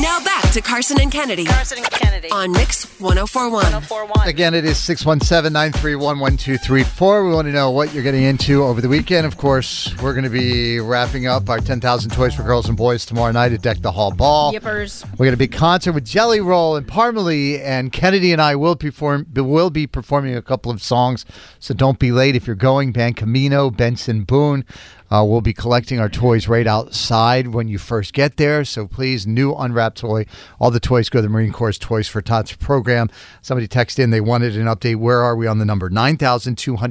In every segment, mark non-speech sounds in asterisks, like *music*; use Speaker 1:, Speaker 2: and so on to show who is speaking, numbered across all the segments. Speaker 1: Now back to Carson and Kennedy.
Speaker 2: Carson and Kennedy.
Speaker 1: On Mix 1041.
Speaker 2: 1041.
Speaker 3: Again, it is 617 931 1234. We want to know what you're getting into over the weekend. Of course, we're going to be wrapping up our 10,000 Toys for Girls and Boys tomorrow night at Deck the Hall Ball.
Speaker 4: Yippers.
Speaker 3: We're going to be concert with Jelly Roll and Parmalee, and Kennedy and I will perform will be performing a couple of songs. So don't be late if you're going. Ban Camino, Benson Boone. Uh, we'll be collecting our toys right outside when you first get there. So please, new unwrapped toy. All the toys go to the Marine Corps Toys for Tots program. Somebody texted in they wanted an update. Where are we on the number?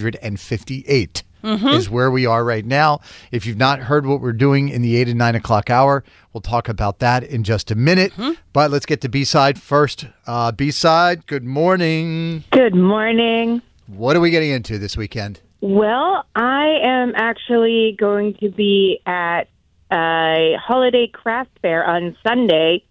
Speaker 3: 9,258.
Speaker 4: Mm-hmm.
Speaker 3: Is where we are right now. If you've not heard what we're doing in the eight and nine o'clock hour, we'll talk about that in just a minute.
Speaker 4: Mm-hmm.
Speaker 3: But let's get to B side first. Uh, B side, good morning.
Speaker 5: Good morning.
Speaker 3: What are we getting into this weekend?
Speaker 5: Well, I am actually going to be at a holiday craft fair on Sunday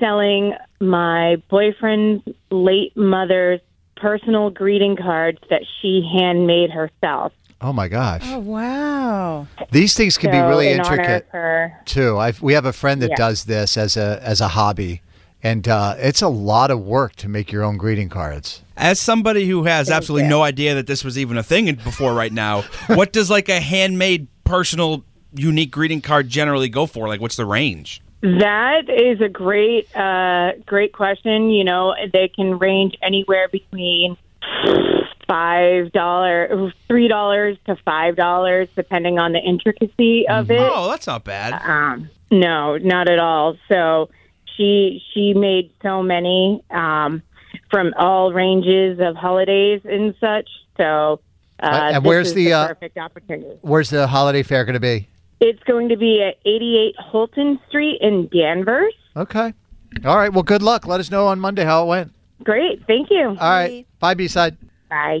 Speaker 5: selling my boyfriend's late mother's personal greeting cards that she handmade herself.
Speaker 3: Oh my gosh.
Speaker 4: Oh, wow.
Speaker 3: These things can be
Speaker 5: So,
Speaker 3: really
Speaker 5: in honor
Speaker 3: intricate.
Speaker 5: of her.
Speaker 3: too. I've, we have a friend that
Speaker 5: Yeah.
Speaker 3: does this as a as a hobby, and uh, it's a lot of work to make your own greeting cards.
Speaker 6: As somebody who has absolutely
Speaker 5: you.
Speaker 6: no idea that this was even a thing before right now, what does like a handmade personal unique greeting card generally go for? Like what's the range?
Speaker 5: That is a great, uh, great question. You know, they can range anywhere between five dollar, three dollars to five dollars, depending on the intricacy of it.
Speaker 6: Oh, that's not bad.
Speaker 5: Um, no, not at all. So she she made so many um, from all ranges of holidays and such. So uh,
Speaker 3: And
Speaker 5: this
Speaker 3: where's
Speaker 5: is
Speaker 3: the, uh,
Speaker 5: perfect opportunity?
Speaker 3: Where's the holiday fair going to be?
Speaker 5: It's going to be at 88 Holton Street in Danvers.
Speaker 3: Okay. All right. Well, good luck. Let us know on Monday how it went.
Speaker 5: Great, thank you.
Speaker 3: All right. Bye, B side.
Speaker 5: Bye.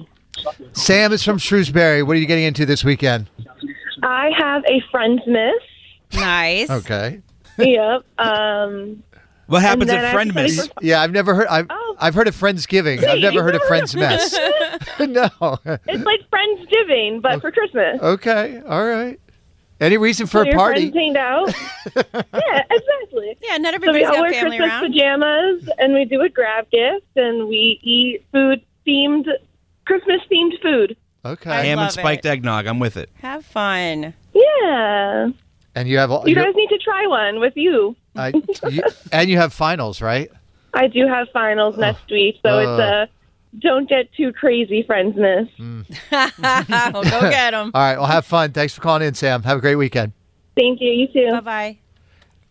Speaker 3: Sam is from Shrewsbury. What are you getting into this weekend?
Speaker 7: I have a friend's
Speaker 3: *laughs*
Speaker 7: miss.
Speaker 4: Nice.
Speaker 3: Okay.
Speaker 7: yep. Um,
Speaker 6: What happens
Speaker 7: then
Speaker 6: at
Speaker 7: I
Speaker 6: friend
Speaker 7: have to
Speaker 6: miss?
Speaker 3: Yeah, I've never heard. I've,
Speaker 7: Oh.
Speaker 3: I've heard of Friendsgiving. I've never heard of Friends Mess. *laughs* no.
Speaker 7: it's like Friendsgiving, but for Christmas.
Speaker 3: Okay. All right. Any reason for
Speaker 7: So
Speaker 3: a
Speaker 7: your
Speaker 3: party?
Speaker 7: friends hanged
Speaker 3: *laughs*
Speaker 7: out. yeah, exactly.
Speaker 4: Yeah, not
Speaker 7: So we
Speaker 4: everybody's
Speaker 7: all
Speaker 4: got
Speaker 7: wear
Speaker 4: family
Speaker 7: Christmas
Speaker 4: around.
Speaker 7: pajamas, and we do a grab gift, and we eat food themed, Christmas themed food.
Speaker 3: Okay.
Speaker 4: I-
Speaker 6: Ham and
Speaker 4: love
Speaker 6: spiked eggnog. I'm with it.
Speaker 4: Have fun.
Speaker 7: Yeah,
Speaker 3: And you have all.
Speaker 7: you
Speaker 3: you're-
Speaker 7: guys need to try one with you.
Speaker 3: I, you, and you have finals, right?
Speaker 7: I do have finals next week, so it's
Speaker 3: Ugh. Mm.
Speaker 7: a don't get too crazy friends miss.
Speaker 4: oh, go get them.
Speaker 3: All right. Well, have fun. Thanks for calling in, Sam. Have a great weekend.
Speaker 7: Thank you. You too.
Speaker 4: Bye bye.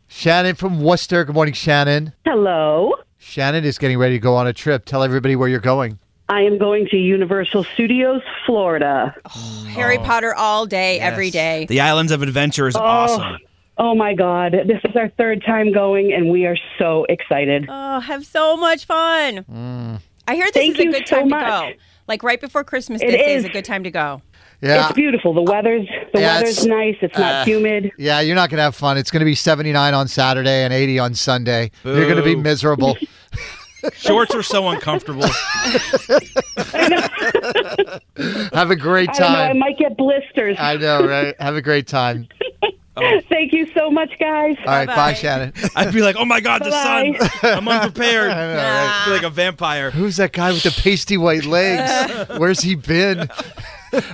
Speaker 3: Shannon from Worcester. Good morning, Shannon.
Speaker 8: Hello.
Speaker 3: Shannon is getting ready to go on a trip. Tell everybody where you're going.
Speaker 8: I am going to Universal Studios, Florida.
Speaker 3: Oh.
Speaker 4: Harry Potter all day, every day.
Speaker 6: The Islands of Adventure is awesome.
Speaker 8: Oh my God. This is our third time going, and we are so excited.
Speaker 4: Oh, have so much fun.
Speaker 3: Mm.
Speaker 4: I hear this
Speaker 8: Thank
Speaker 4: is a
Speaker 8: you
Speaker 4: good
Speaker 8: so
Speaker 4: time to
Speaker 8: much.
Speaker 4: go. Like right before Christmas,
Speaker 8: It
Speaker 4: this is.
Speaker 8: is.
Speaker 4: a good time to go.
Speaker 3: Yeah.
Speaker 8: It's beautiful. The weather's the
Speaker 3: Yeah,
Speaker 8: weather's
Speaker 3: it's- uh,
Speaker 8: nice. It's not humid.
Speaker 3: Yeah, you're not going to have fun. It's going to be 79 on Saturday and 80 on Sunday. You're going to be
Speaker 6: Boo.
Speaker 3: miserable.
Speaker 6: Shorts are so *laughs* uncomfortable.
Speaker 3: have a great
Speaker 8: I don't know. I *laughs*
Speaker 3: time. Uh,
Speaker 8: might get blisters.
Speaker 3: I know, right? Have a great time. oh.
Speaker 8: *laughs* Thank you so much, guys.
Speaker 3: All right, bye,
Speaker 4: Bye-bye.
Speaker 3: Shannon.
Speaker 6: I'd be like, oh my god, the sun. I'm *laughs* unprepared.
Speaker 3: right?
Speaker 6: I feel like a vampire.
Speaker 4: *laughs*
Speaker 3: Who's that guy with the pasty white legs? Where's he been?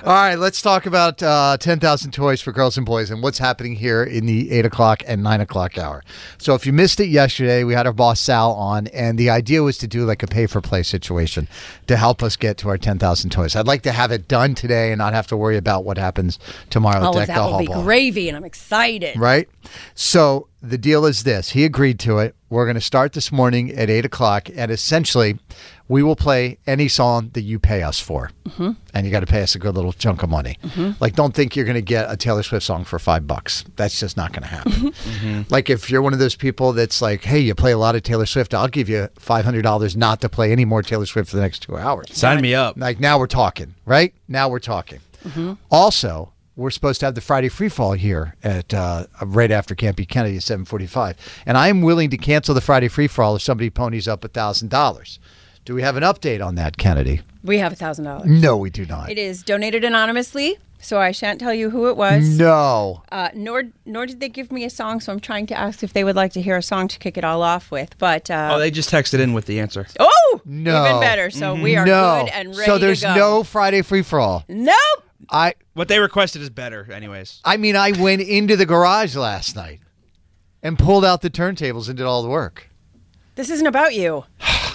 Speaker 3: All right, let's talk about uh, 10,000 Toys for Girls and Boys and what's happening here in the 8 o'clock and 9 o'clock hour. So, if you missed it yesterday, we had our boss Sal on, and the idea was to do like a pay for play situation to help us get to our 10,000 toys. I'd like to have it done today and not have to worry about what happens tomorrow at
Speaker 4: Oh,
Speaker 3: Deck
Speaker 4: that
Speaker 3: the
Speaker 4: will
Speaker 3: Hall
Speaker 4: be
Speaker 3: Ball.
Speaker 4: gravy, and I'm excited.
Speaker 3: Right? So the deal is this he agreed to it. We're going to start this morning at 8 o'clock, and essentially, we will play any song that you pay us for.
Speaker 2: Mhm.
Speaker 3: And you got to pay us a good little chunk of money.
Speaker 2: Mhm.
Speaker 3: Like, don't think you're going to get a Taylor Swift song for five bucks. That's just not going to happen. Like, if you're one of those people that's like, hey, you play a lot of Taylor Swift, I'll give you $500 not to play any more Taylor Swift for the next two hours.
Speaker 6: Sign me up.
Speaker 3: Like, now we're talking, right? Now we're talking.
Speaker 4: Mm-hmm.
Speaker 2: Mhm.
Speaker 3: Also, we're supposed to have the Friday free fall here at uh, right after Campy Kennedy at seven forty-five, and I am willing to cancel the Friday free fall if somebody ponies up thousand dollars. Do we have an update on that, Kennedy?
Speaker 4: We have a thousand dollars.
Speaker 3: No, we do not.
Speaker 4: It is donated anonymously, so I shan't tell you who it was.
Speaker 3: No.
Speaker 4: Uh, nor nor did they give me a song, so I'm trying to ask if they would like to hear a song to kick it all off with. But uh,
Speaker 6: Oh, they just texted in with the answer.
Speaker 4: oh,
Speaker 3: No.
Speaker 4: even better. So we are
Speaker 3: no.
Speaker 4: good and ready
Speaker 3: So there's
Speaker 4: to go.
Speaker 3: no Friday free for all.
Speaker 4: Nope.
Speaker 3: I
Speaker 6: What they requested is better, anyways.
Speaker 3: I mean, I went into the garage last night and pulled out the turntables and did all the work.
Speaker 4: This isn't about you.